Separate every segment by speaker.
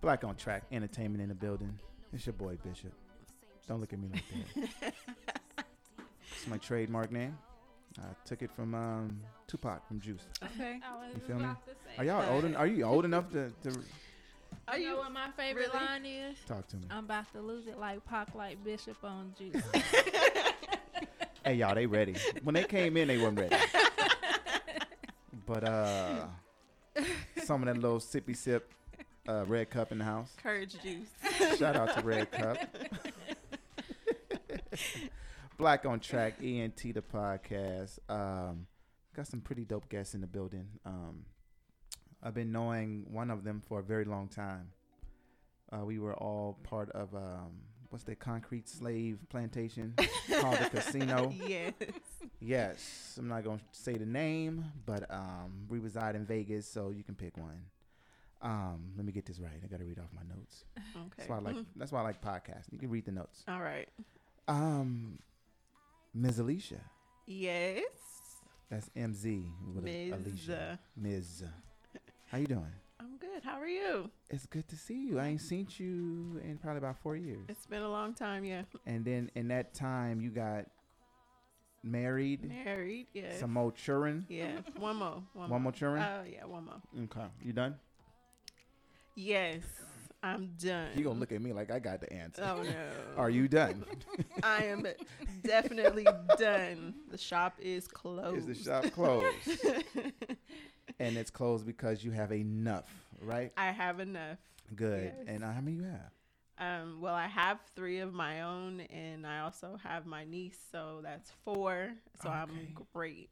Speaker 1: Black on Track Entertainment in the building. It's your boy Bishop. Don't look at me like that. it's my trademark name. I took it from um, Tupac from Juice.
Speaker 2: Okay.
Speaker 3: Oh,
Speaker 1: You feel me? Are y'all old? en- Are you old enough to, to
Speaker 2: Are
Speaker 3: Are you
Speaker 2: you-
Speaker 3: know what my favorite
Speaker 2: really?
Speaker 3: line is?
Speaker 1: talk to me?
Speaker 3: I'm about to lose it like Pac, like Bishop on juice.
Speaker 1: Hey y'all, they ready. When they came in, they weren't ready. But uh, some of that little sippy sip, uh, red cup in the house.
Speaker 2: Courage juice.
Speaker 1: Shout out to Red Cup. Black on Track, ENT the podcast. Um, got some pretty dope guests in the building. Um, I've been knowing one of them for a very long time. Uh, we were all part of um, what's the concrete slave plantation called the casino.
Speaker 2: Yes.
Speaker 1: Yes, I'm not gonna say the name, but um, we reside in Vegas, so you can pick one. Um, let me get this right. I gotta read off my notes.
Speaker 2: Okay.
Speaker 1: That's why I like.
Speaker 2: Mm-hmm.
Speaker 1: That's why I like podcasts. You can read the notes.
Speaker 2: All right.
Speaker 1: Um, Ms. Alicia.
Speaker 2: Yes.
Speaker 1: That's M Z.
Speaker 2: Ms.
Speaker 1: Alicia. Ms. How you doing?
Speaker 2: I'm good. How are you?
Speaker 1: It's good to see you. I ain't seen you in probably about four years.
Speaker 2: It's been a long time. Yeah.
Speaker 1: And then in that time, you got married,
Speaker 2: Married. Yes.
Speaker 1: some more children.
Speaker 2: yeah. One more. One,
Speaker 1: One more
Speaker 2: Oh
Speaker 1: children.
Speaker 2: yeah. One more.
Speaker 1: okay, you done?
Speaker 2: Yes. I'm done.
Speaker 1: You gonna look at me like I got the answer.
Speaker 2: Oh no.
Speaker 1: Are you done?
Speaker 2: I am definitely done. The shop is
Speaker 1: Is
Speaker 2: closed.
Speaker 1: the shop closed? and it's closed because you have enough, right?
Speaker 2: I have enough.
Speaker 1: Good.
Speaker 2: Yes.
Speaker 1: And uh, how many you have?
Speaker 2: Um, well, I have three of my own, and I also have my niece, so that's four. So
Speaker 1: Okay.
Speaker 2: I'm great.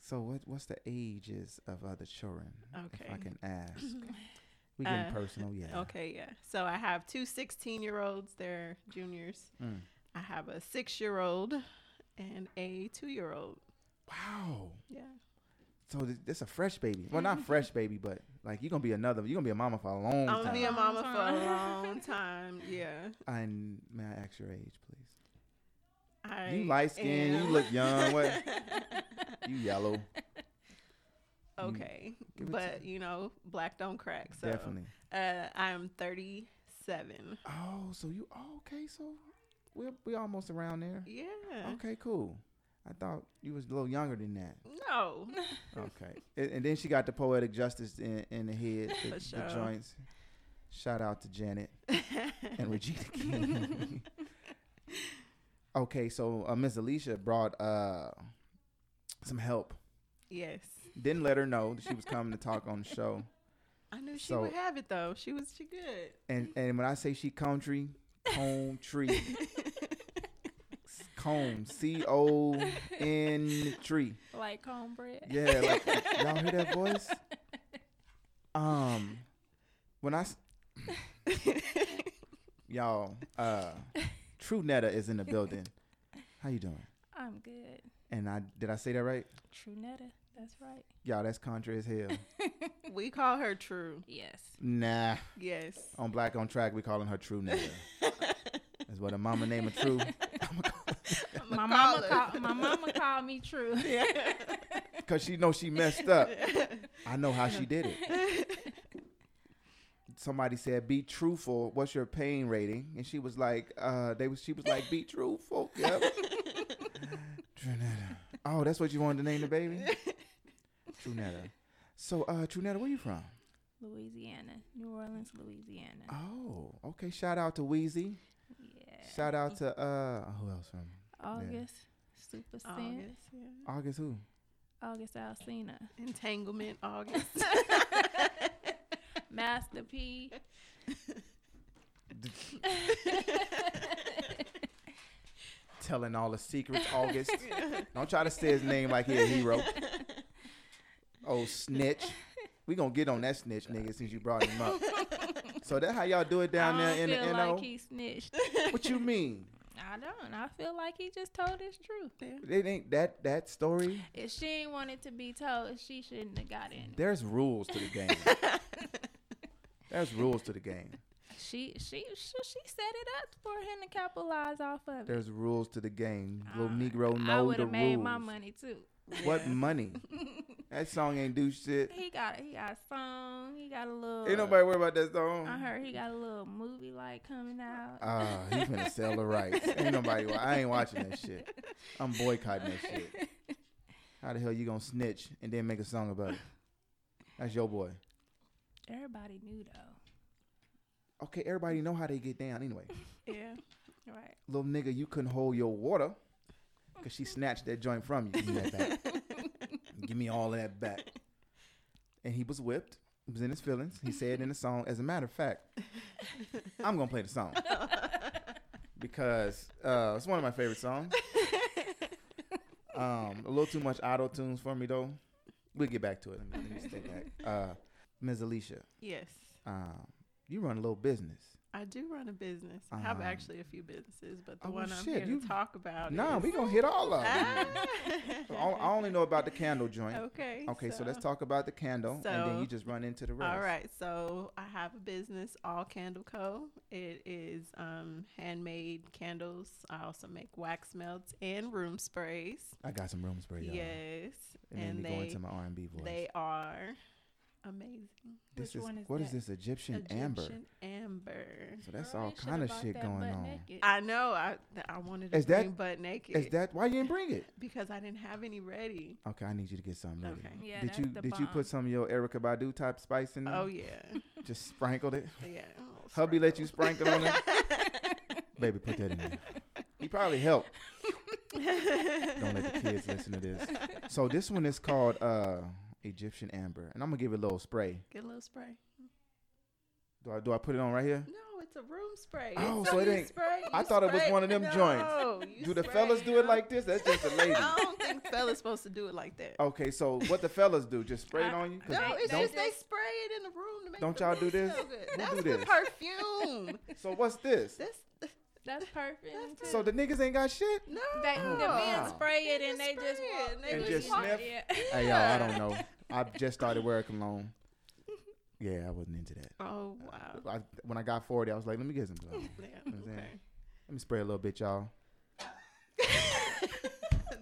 Speaker 1: So what what's the ages of other children? If I
Speaker 2: Okay.
Speaker 1: can ask. We getting
Speaker 2: Uh,
Speaker 1: personal, yeah.
Speaker 2: Okay, yeah. So I have two 16 year olds, they're juniors.
Speaker 1: Mm.
Speaker 2: I have a six year old and a two year old.
Speaker 1: Wow.
Speaker 2: Yeah.
Speaker 1: So th- this a fresh baby. Well, not fresh baby, but like you're gonna be another. You're gonna be a mama for a long
Speaker 2: I'm gonna
Speaker 1: time.
Speaker 2: be a
Speaker 3: Long
Speaker 2: mama for a
Speaker 3: time.
Speaker 2: long time. Yeah.
Speaker 1: and may I ask your age, please?
Speaker 2: I
Speaker 1: You light skinned You
Speaker 2: am-
Speaker 1: look young. What? you yellow.
Speaker 2: Okay.
Speaker 1: Mm. Give it
Speaker 2: But,
Speaker 1: to-
Speaker 2: you know, black don't crack. So
Speaker 1: Definitely.
Speaker 2: Uh, I'm 37.
Speaker 1: Oh, so you oh, okay? So we're we almost around there.
Speaker 2: Yeah.
Speaker 1: Okay, cool. I thought you was a little younger than that.
Speaker 2: No.
Speaker 1: Okay. and, and then she got the poetic justice in, in the head, the,
Speaker 2: For
Speaker 1: the
Speaker 2: sure.
Speaker 1: joints. Shout out to Janet and Regina King. okay, so uh, Miss Alicia brought uh, some help.
Speaker 2: yes.
Speaker 1: Didn't let her know that she was coming to talk on the show.
Speaker 2: I knew she
Speaker 1: So-
Speaker 2: would have it though. She was she good.
Speaker 1: And and when I say she country, comb tree, comb C O N tree.
Speaker 3: like cornbread.
Speaker 1: Yeah, like y'all hear that voice? Um, when I s- y'all, uh, True Netta is in the building. How you doing?
Speaker 3: I'm good.
Speaker 1: And I did I say that right?
Speaker 3: True netta. That's right.
Speaker 1: Y'all, that's contrary as hell.
Speaker 2: we call her True.
Speaker 3: Yes.
Speaker 1: Nah,
Speaker 2: Yes.
Speaker 1: on Black on Track, we calling her True Netta. That's what a mama name of True.
Speaker 2: I'ma call
Speaker 3: My mama,
Speaker 2: her.
Speaker 3: call, my mama called me True.
Speaker 1: Cause she know she messed up. I know how she did it. Somebody said, "Be truthful. What's your pain rating?" And she was like, "Uh, they was." She was like, "Be truthful." Yep. Trunetta. Oh, that's what you wanted to name the baby. Trunetta. So, uh, Trunetta, where you from?
Speaker 3: Louisiana, New Orleans, Louisiana.
Speaker 1: Oh, okay. Shout out to Wheezy.
Speaker 3: yeah.
Speaker 1: Shout out to uh, who else from
Speaker 3: August, Super Sin,
Speaker 2: August, yeah.
Speaker 1: August? Who?
Speaker 3: August Alcina,
Speaker 2: Entanglement August.
Speaker 3: Master P.
Speaker 1: Telling all the secrets. August. Don't try to say his name like he a hero. Oh, snitch. We gonna get on that snitch nigga since you brought him up. So that how y'all do it down
Speaker 3: I
Speaker 1: there
Speaker 3: don't
Speaker 1: in the
Speaker 3: feel
Speaker 1: NO?
Speaker 3: like he snitched.
Speaker 1: what you mean?
Speaker 3: I don't. I feel like he just told his truth.
Speaker 1: It ain't that that story.
Speaker 3: If she ain't wanted to be told, she shouldn't have got in.
Speaker 1: There's rules to the game. There's rules to the game.
Speaker 3: She she she, she set it up for him to capitalize off of it.
Speaker 1: There's rules to the game. Little
Speaker 3: Uh,
Speaker 1: Negro
Speaker 3: I
Speaker 1: know
Speaker 3: would
Speaker 1: the
Speaker 3: have made
Speaker 1: rules.
Speaker 3: my money too.
Speaker 1: What money? That song ain't do shit.
Speaker 3: He got he got a song. He he got a little.
Speaker 1: Ain't nobody worry about that song.
Speaker 3: I heard he got a little movie like coming out.
Speaker 1: Ah, he finna sell the rights. Ain't nobody. wa- I ain't watching that shit. I'm boycotting that shit. How the hell you gonna snitch and then make a song about it? That's your boy.
Speaker 3: Everybody knew though.
Speaker 1: Okay, everybody know how they get down anyway.
Speaker 2: Yeah. Right.
Speaker 1: Little nigga, you couldn't hold your water because she snatched that joint from you. Give me that back. Give me all of that back. And he was whipped. He was in his feelings. He said in the song, as a matter of fact, I'm gonna play the song because uh, it's one of my favorite songs. Um, a little too much auto tunes for me though. We'll get back to it. Let me, let me stay back. Uh, Ms. Alicia,
Speaker 2: yes.
Speaker 1: um, you run a little business.
Speaker 2: I do run a business. I have
Speaker 1: Um,
Speaker 2: actually a few businesses, but the
Speaker 1: oh,
Speaker 2: one I'm
Speaker 1: shit,
Speaker 2: here
Speaker 1: you-
Speaker 2: to talk about.
Speaker 1: Nah,
Speaker 2: is-
Speaker 1: we gonna hit all of them.
Speaker 2: Ah.
Speaker 1: I I only know about the candle joint.
Speaker 2: Okay.
Speaker 1: Okay, so, let's talk about the candle, and then
Speaker 2: so-
Speaker 1: you just run into the rest.
Speaker 2: All right, so I have a business, All Candle Co. It is um, handmade candles. I also make wax melts and room sprays.
Speaker 1: I got some room spray, y'all.
Speaker 2: Yes,
Speaker 1: It made
Speaker 2: and
Speaker 1: me go
Speaker 2: they
Speaker 1: into my R&B voice.
Speaker 2: they are amazing.
Speaker 1: this
Speaker 3: Which one is
Speaker 1: what
Speaker 3: that?
Speaker 1: this Egyptian, amber?
Speaker 2: Egyptian amber.
Speaker 1: So that's
Speaker 3: Girl,
Speaker 1: all
Speaker 3: you should've
Speaker 1: kind of
Speaker 3: bought
Speaker 1: shit
Speaker 3: that
Speaker 1: going
Speaker 3: butt
Speaker 1: on.
Speaker 3: naked.
Speaker 2: I know. I th- I wanted to
Speaker 1: Is that-
Speaker 2: bring butt naked
Speaker 1: Is that why you didn't bring it?
Speaker 2: because I didn't have any ready.
Speaker 1: Okay, I need you to get something ready.
Speaker 2: Okay.
Speaker 3: Yeah,
Speaker 1: did
Speaker 3: that's
Speaker 1: you
Speaker 3: the
Speaker 1: did you
Speaker 3: bomb.
Speaker 1: put some of your Erica Badu type spice in there?
Speaker 2: Oh yeah,
Speaker 1: Just sprinkled it.
Speaker 2: yeah. oh,
Speaker 1: Hubby let you sprinkle on it. Baby, put that in there. He probably helped. Don't let the kids listen to this. So this one is called uh, Egyptian Amber, and I'm gonna give it a little spray.
Speaker 2: Get a little spray.
Speaker 1: Do I do I put it on right here?
Speaker 2: No, it's a room spray.
Speaker 1: Oh,
Speaker 2: It's
Speaker 1: so
Speaker 2: a-
Speaker 1: it
Speaker 2: you
Speaker 1: ain't-
Speaker 2: spray-
Speaker 1: I
Speaker 2: you
Speaker 1: thought it was
Speaker 2: spray-
Speaker 1: one of them joints.
Speaker 2: No, you
Speaker 1: Do the
Speaker 2: spray Oh,
Speaker 1: fellas do it
Speaker 2: on-
Speaker 1: like this? That's just a lady.
Speaker 2: I don't think fellas supposed to do it like that.
Speaker 1: Okay, so what the fellas do? Just spray it
Speaker 3: I-
Speaker 1: on you? 'Cause
Speaker 2: Uh, No,
Speaker 3: They-
Speaker 2: it's
Speaker 1: don't-
Speaker 2: just they spray it in the room to make
Speaker 1: Don't
Speaker 2: the
Speaker 1: y'all
Speaker 2: room
Speaker 1: do this?
Speaker 2: smell good.
Speaker 1: Who
Speaker 2: That's
Speaker 1: do
Speaker 2: the
Speaker 1: this?
Speaker 2: perfume.
Speaker 1: so what's this?
Speaker 2: This
Speaker 3: That's perfect.
Speaker 1: So the niggas ain't got shit?
Speaker 2: no.
Speaker 3: They, the
Speaker 1: wow.
Speaker 3: men spray it
Speaker 2: They
Speaker 3: and
Speaker 2: just
Speaker 3: they just
Speaker 2: spray it
Speaker 3: walk
Speaker 2: and they
Speaker 1: And
Speaker 3: through
Speaker 1: just
Speaker 3: it.
Speaker 1: sniff?
Speaker 3: Yeah.
Speaker 1: Hey, y'all, I don't know. I just started wearing cologne. Yeah, I wasn't into that.
Speaker 2: Oh wow.
Speaker 1: I, when I got 40, I was like, let me get some cologne.
Speaker 2: Yeah,
Speaker 1: I'm saying.
Speaker 2: okay.
Speaker 1: Let me spray a little bit, y'all.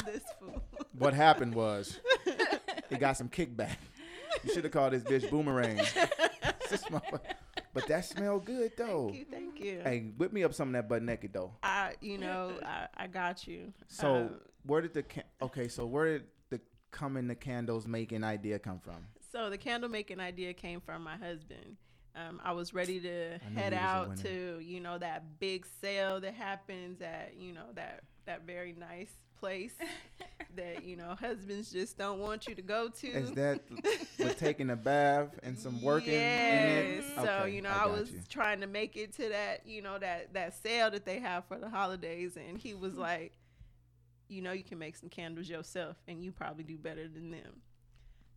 Speaker 2: this fool.
Speaker 1: What happened was it got some kickback. You should have called this bitch boomerang. This motherfucker- but that smelled good though.
Speaker 2: Thank you. Thank you.
Speaker 1: Hey, whip me up some of that butt naked though.
Speaker 2: I, you know, I, I got you.
Speaker 1: So
Speaker 2: Um,
Speaker 1: where did the ca- okay? So where did the coming the candles making idea come from?
Speaker 2: So the candle making idea came from my husband. Um, I was ready to
Speaker 1: I knew
Speaker 2: head
Speaker 1: he was a
Speaker 2: out
Speaker 1: winner.
Speaker 2: to you know that big sale that happens at you know that that very nice place that you know husbands just don't want you to go to.
Speaker 1: Is that with taking a bath and some working? in it?
Speaker 2: Yes. So
Speaker 1: Okay,
Speaker 2: you know, I,
Speaker 1: got
Speaker 2: was
Speaker 1: you.
Speaker 2: trying to make it to that you know that that sale that they have for the holidays, and he
Speaker 1: Mm-hmm.
Speaker 2: was like, you know, you can make some candles yourself, and you probably do better than them.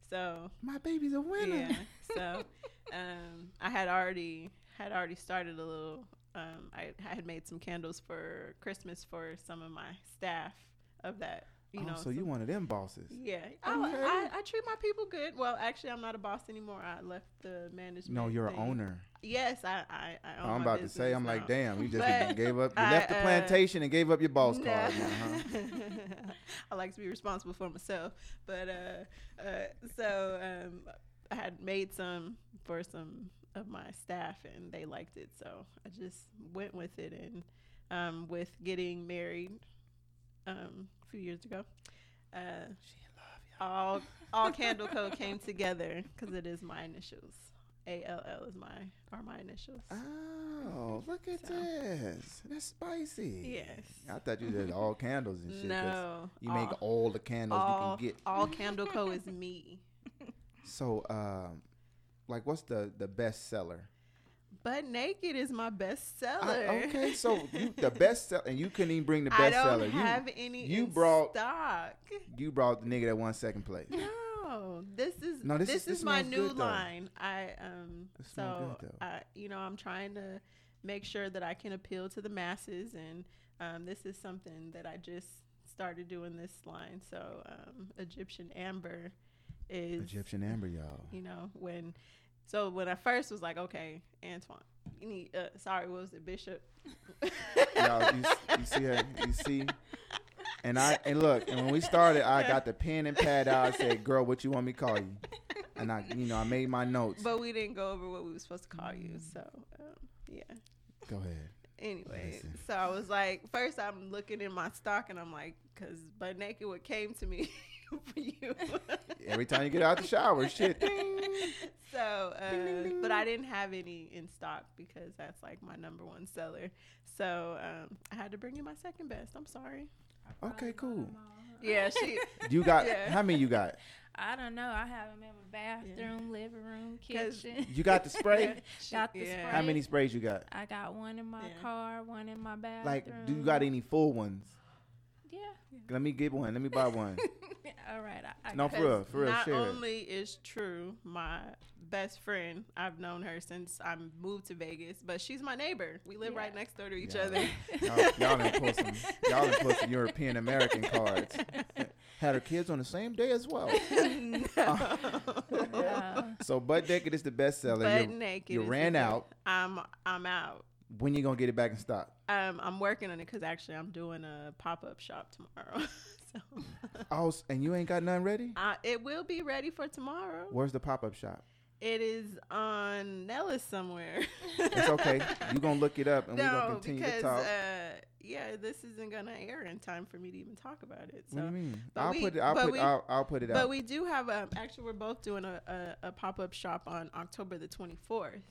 Speaker 2: So
Speaker 1: My baby's a winner.
Speaker 2: yeah. So, um, I had already had already started a little. Um, I, I had made some candles for Christmas for some of my staff of that. You
Speaker 1: oh,
Speaker 2: know.
Speaker 1: so you
Speaker 2: some-
Speaker 1: one of them bosses?
Speaker 2: Yeah. Oh, I,
Speaker 1: Okay.
Speaker 2: I, I treat my people good. Well, actually, I'm not a boss anymore. I left the management.
Speaker 1: No, you're an
Speaker 2: thing.
Speaker 1: owner.
Speaker 2: Yes, I. I, I own
Speaker 1: I'm
Speaker 2: Oh, my
Speaker 1: about to say,
Speaker 2: business
Speaker 1: I'm
Speaker 2: now.
Speaker 1: like, damn, you just
Speaker 2: But
Speaker 1: gave up. You
Speaker 2: I,
Speaker 1: left the
Speaker 2: uh,
Speaker 1: plantation and gave up your boss
Speaker 2: No.
Speaker 1: card. huh
Speaker 2: I like to be responsible for myself, but uh, uh, so um, I had made some for some of my staff, and they liked it, so I just went with it. And um, with getting married um, a few years ago, uh, all all Candle Co came together because it is my initials. A L L is my are my initials.
Speaker 1: Oh, look at
Speaker 2: So.
Speaker 1: this. That's spicy.
Speaker 2: Yes.
Speaker 1: I thought you did all candles and shit. 'cause
Speaker 2: no,
Speaker 1: You make
Speaker 2: all,
Speaker 1: all the candles
Speaker 2: all,
Speaker 1: you can get.
Speaker 2: all Candle Co is me.
Speaker 1: So, um, like, what's the the best seller?
Speaker 2: But Naked is my best seller.
Speaker 1: I- okay, so you the best seller, and you couldn't even bring the
Speaker 2: I
Speaker 1: best
Speaker 2: don't
Speaker 1: seller.
Speaker 2: have
Speaker 1: You
Speaker 2: any
Speaker 1: you
Speaker 2: in
Speaker 1: brought-
Speaker 2: stock.
Speaker 1: you brought the nigga that won second place.
Speaker 2: No, this is
Speaker 1: No, this
Speaker 2: this,
Speaker 1: is-
Speaker 2: is,
Speaker 1: this
Speaker 2: my
Speaker 1: smells
Speaker 2: new
Speaker 1: good, though.
Speaker 2: line. I um
Speaker 1: This smells
Speaker 2: so
Speaker 1: good, though.
Speaker 2: I you know I'm trying to make sure that I can appeal to the masses, and um, this is something that I just started doing this line. So um, Egyptian amber is
Speaker 1: Egyptian Amber, y'all.
Speaker 2: you know when so when i first was like okay antoine you need uh, sorry what was it bishop
Speaker 1: y'all, you, s- you see her? You see? And I and look, and when we started, I got the pen and pad out. I said, "Girl, what you want me to call you?" and I, you know, I made my notes.
Speaker 2: But we didn't go over what we were supposed to call you.
Speaker 1: Mm.
Speaker 2: So, um, yeah.
Speaker 1: Go ahead.
Speaker 2: Anyway,
Speaker 1: Listen.
Speaker 2: so I was like, first I'm looking in my stock and I'm like, because butt naked what came to me for you.
Speaker 1: Every time you get out the shower, shit.
Speaker 2: so, uh,
Speaker 1: Ding, ding, ding.
Speaker 2: but I didn't have any in stock because that's like my number one seller. So um, I had to bring in my second best. I'm sorry.
Speaker 1: Okay, cool.
Speaker 2: Yeah, she
Speaker 1: You got
Speaker 2: Yeah.
Speaker 1: how many? You got?
Speaker 3: I don't know. I have them in my bathroom, living room,
Speaker 2: 'Cause-
Speaker 3: kitchen.
Speaker 1: You got the spray?
Speaker 2: she-
Speaker 3: Got the
Speaker 2: yeah.
Speaker 1: How many sprays you got?
Speaker 3: I got one in my
Speaker 2: Yeah.
Speaker 3: car, one in my bathroom.
Speaker 1: Like, do you got any full ones?
Speaker 3: Yeah.
Speaker 1: Let me get one. Let me buy one.
Speaker 3: All right. I, I
Speaker 1: No,
Speaker 3: got-
Speaker 1: for real, for real.
Speaker 2: Not
Speaker 1: Share it.
Speaker 2: only is True my best friend, I've known her since I moved to Vegas, but she's my neighbor. We live
Speaker 3: Yeah.
Speaker 2: right next door to each
Speaker 1: Yeah.
Speaker 2: other.
Speaker 1: Y'all, y'all done pulled some. Y'all done pulled some European American cards. Had her kids on the same day as well.
Speaker 3: Wow.
Speaker 1: So butt naked is the bestseller.
Speaker 2: Butt
Speaker 1: You,
Speaker 2: naked.
Speaker 1: you
Speaker 2: is
Speaker 1: ran
Speaker 2: the-
Speaker 1: out.
Speaker 2: I'm I'm out.
Speaker 1: When you gonna get it back in stock?
Speaker 2: Um, I'm working on it because actually I'm doing a pop up shop tomorrow, so
Speaker 1: Oh, s- and you ain't got none ready?
Speaker 2: uh, it will be ready for tomorrow.
Speaker 1: Where's the pop up shop?
Speaker 2: It is on Nellis somewhere.
Speaker 1: It's okay. You gonna look it up, and we gonna
Speaker 2: no,
Speaker 1: continue
Speaker 2: because
Speaker 1: to talk.
Speaker 2: uh, yeah, this isn't gonna air in time for me to even talk about it.
Speaker 1: what do
Speaker 2: So
Speaker 1: you mean?
Speaker 2: but
Speaker 1: I'll
Speaker 2: we-
Speaker 1: put it. I'll
Speaker 2: but
Speaker 1: put.
Speaker 2: we-
Speaker 1: I'll, I'll put it
Speaker 2: But
Speaker 1: out.
Speaker 2: we do have um actually we're both doing a, a, a pop up shop on October the twenty fourth.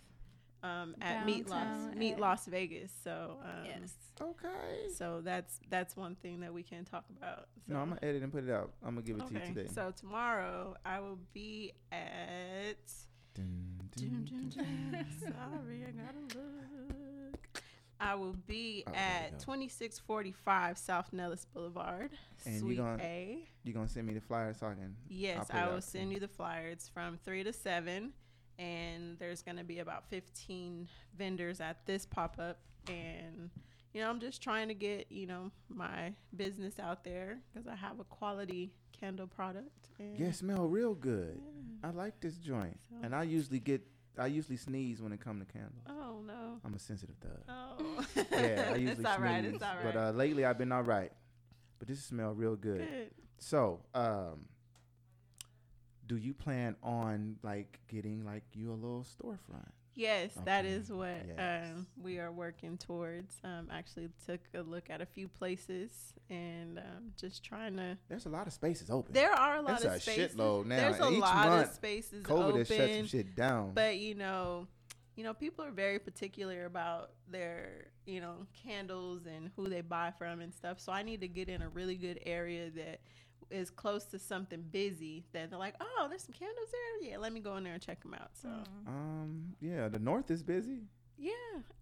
Speaker 2: Um, at Meat Las
Speaker 3: Downtown
Speaker 2: Meat
Speaker 3: at-
Speaker 2: Las Vegas, so um,
Speaker 3: Yes.
Speaker 1: okay.
Speaker 2: so that's that's one thing that we can talk about. So.
Speaker 1: No, I'm gonna edit and put it out. I'm gonna give it to you today.
Speaker 2: So tomorrow I will be at.
Speaker 1: Dun, dun,
Speaker 2: Dun, dun,
Speaker 1: dun.
Speaker 2: dun. Sorry, I gotta look. I will be
Speaker 1: Oh, there you go.
Speaker 2: at 2645 South Nellis Boulevard,
Speaker 1: And you
Speaker 2: Suite
Speaker 1: gonna-
Speaker 2: A.
Speaker 1: You gonna send me the flyer so I can?
Speaker 2: Yes,
Speaker 1: put it
Speaker 2: I
Speaker 1: out
Speaker 2: will
Speaker 1: too.
Speaker 2: send you the flyer. It's from three to seven, and there's going to be about 15 vendors at this pop up. And you know, I'm just trying to get you know my business out there because I have a quality candle product. And
Speaker 1: Yeah, it smell real good.
Speaker 2: Yeah.
Speaker 1: I like this joint,
Speaker 2: So-
Speaker 1: and I usually get. I usually sneeze when it comes to candles.
Speaker 2: Oh no.
Speaker 1: I'm a sensitive thug.
Speaker 2: Oh.
Speaker 1: Yeah, I usually
Speaker 2: it's all right.
Speaker 1: sneeze,
Speaker 2: It's all right.
Speaker 1: but uh, lately I've been all right. But this smell real good.
Speaker 2: Good.
Speaker 1: So, um, do you plan on like getting like you a little storefront?
Speaker 2: Yes, that
Speaker 1: Okay,
Speaker 2: is what
Speaker 1: yes.
Speaker 2: um, we are working towards. Um, actually, took a look at a few places and um, just trying to
Speaker 1: There's a lot of spaces open.
Speaker 2: There are a lot
Speaker 1: That's
Speaker 2: of
Speaker 1: a
Speaker 2: spaces.
Speaker 1: shitload now.
Speaker 2: There's a
Speaker 1: Each
Speaker 2: lot
Speaker 1: month,
Speaker 2: of spaces
Speaker 1: COVID has shut some
Speaker 2: open,
Speaker 1: shit down.
Speaker 2: but you know, you know, people are very particular about their, you know, candles and who they buy from and stuff. So I need to get in a really good area that is close to something busy that they're like, oh, there's some candles there. Yeah, let me go in there and check them out. So
Speaker 3: Mm.
Speaker 1: um, yeah, the north is busy.
Speaker 2: yeah,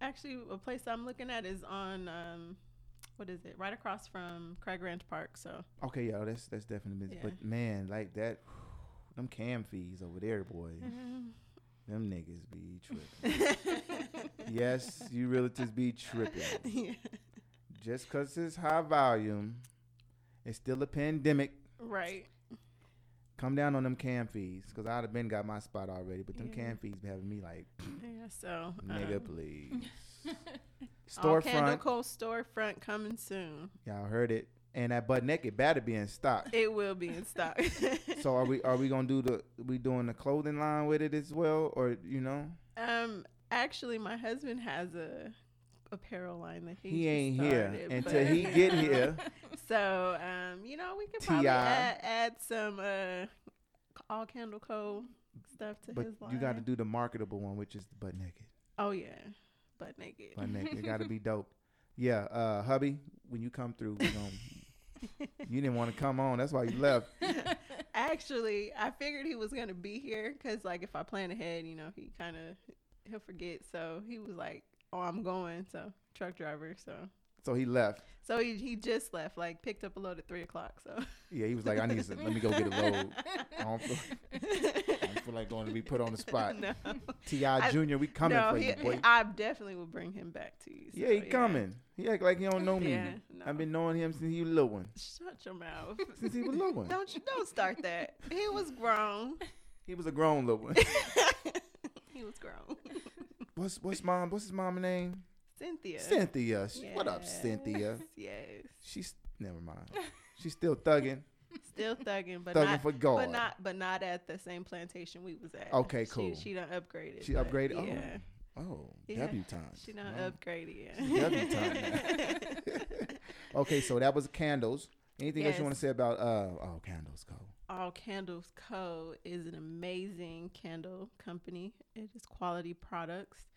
Speaker 2: actually, a place I'm looking at is on. Um, what is it? Right across from Craig Ranch Park. So
Speaker 1: Okay, yeah, that's that's definitely busy.
Speaker 2: Yeah.
Speaker 1: But man, like that, them cam fees over there, boy. them niggas be tripping. yes, you realtors be tripping.
Speaker 2: yeah.
Speaker 1: Just 'cause it's high volume, it's still a pandemic.
Speaker 2: right.
Speaker 1: Come down on them cam fees, cause I'd have been got my spot already. But them
Speaker 2: Yeah.
Speaker 1: cam fees be having me like,
Speaker 2: Yeah, so
Speaker 1: nigga,
Speaker 2: um,
Speaker 1: please.
Speaker 2: all Candle
Speaker 1: Storefront,
Speaker 2: Co. storefront coming soon.
Speaker 1: y'all heard it, and that butt naked better be in stock.
Speaker 2: It will be in stock.
Speaker 1: so uh, are we? Are we gonna do the? We doing the clothing line with it as well, or you know,
Speaker 2: um, actually, my husband has a apparel line that he,
Speaker 1: he
Speaker 2: just
Speaker 1: ain't here
Speaker 2: started,
Speaker 1: until he
Speaker 2: but-
Speaker 1: get here.
Speaker 2: So um, you know, we could probably
Speaker 1: T.I..
Speaker 2: add, add some uh, all Candle Co. stuff to
Speaker 1: But
Speaker 2: his line.
Speaker 1: you got to do the marketable one, which is the butt naked.
Speaker 2: Oh yeah, butt naked.
Speaker 1: Butt naked, it got to be dope. Yeah, uh, hubby, when you come through, we gonna, you didn't want to come on. That's why you left.
Speaker 2: Actually, I figured he was gonna be here because, like, if I plan ahead, you know, he kind of he'll forget. So he was like, "Oh, I'm going." So truck driver. So
Speaker 1: So he left.
Speaker 2: so he he just left, like, picked up a load at three o'clock. So
Speaker 1: Yeah, he was like, I need to, let me go get a load. I don't feel, I don't feel like going to be put on the spot.
Speaker 2: no,
Speaker 1: T.I.
Speaker 2: I-
Speaker 1: Junior, we coming
Speaker 2: no,
Speaker 1: for
Speaker 2: he,
Speaker 1: you, boy.
Speaker 2: I definitely will bring him back to you.
Speaker 1: yeah,
Speaker 2: so,
Speaker 1: he coming. He act like he don't know me.
Speaker 2: Yeah, no.
Speaker 1: I've been knowing him since he was little one.
Speaker 2: Shut your mouth.
Speaker 1: Since he was little one.
Speaker 2: don't you don't start that. He was grown.
Speaker 1: He was a grown little one.
Speaker 2: he was grown.
Speaker 1: What's what's mom? What's his mom name?
Speaker 2: Cynthia.
Speaker 1: Cynthia. She- What up,
Speaker 2: Yes,
Speaker 1: Cynthia?
Speaker 2: Yes.
Speaker 1: She's never mind. She's still thugging.
Speaker 2: still thugging, but
Speaker 1: thugging
Speaker 2: not,
Speaker 1: for God.
Speaker 2: but not, but not at the same plantation we was at.
Speaker 1: Okay,
Speaker 2: She-
Speaker 1: cool.
Speaker 2: She, done upgraded.
Speaker 1: She
Speaker 2: but
Speaker 1: upgraded.
Speaker 2: Yeah,
Speaker 1: Oh, oh,
Speaker 2: Yeah.
Speaker 1: W times.
Speaker 2: she done
Speaker 1: Wow.
Speaker 2: upgraded.
Speaker 1: She
Speaker 2: Yeah.
Speaker 1: W time. okay, so that was candles. Anything else you want to
Speaker 2: Yes.
Speaker 1: say about? Uh, oh, candles go.
Speaker 2: All Candles Co. is an amazing candle company. It is quality products.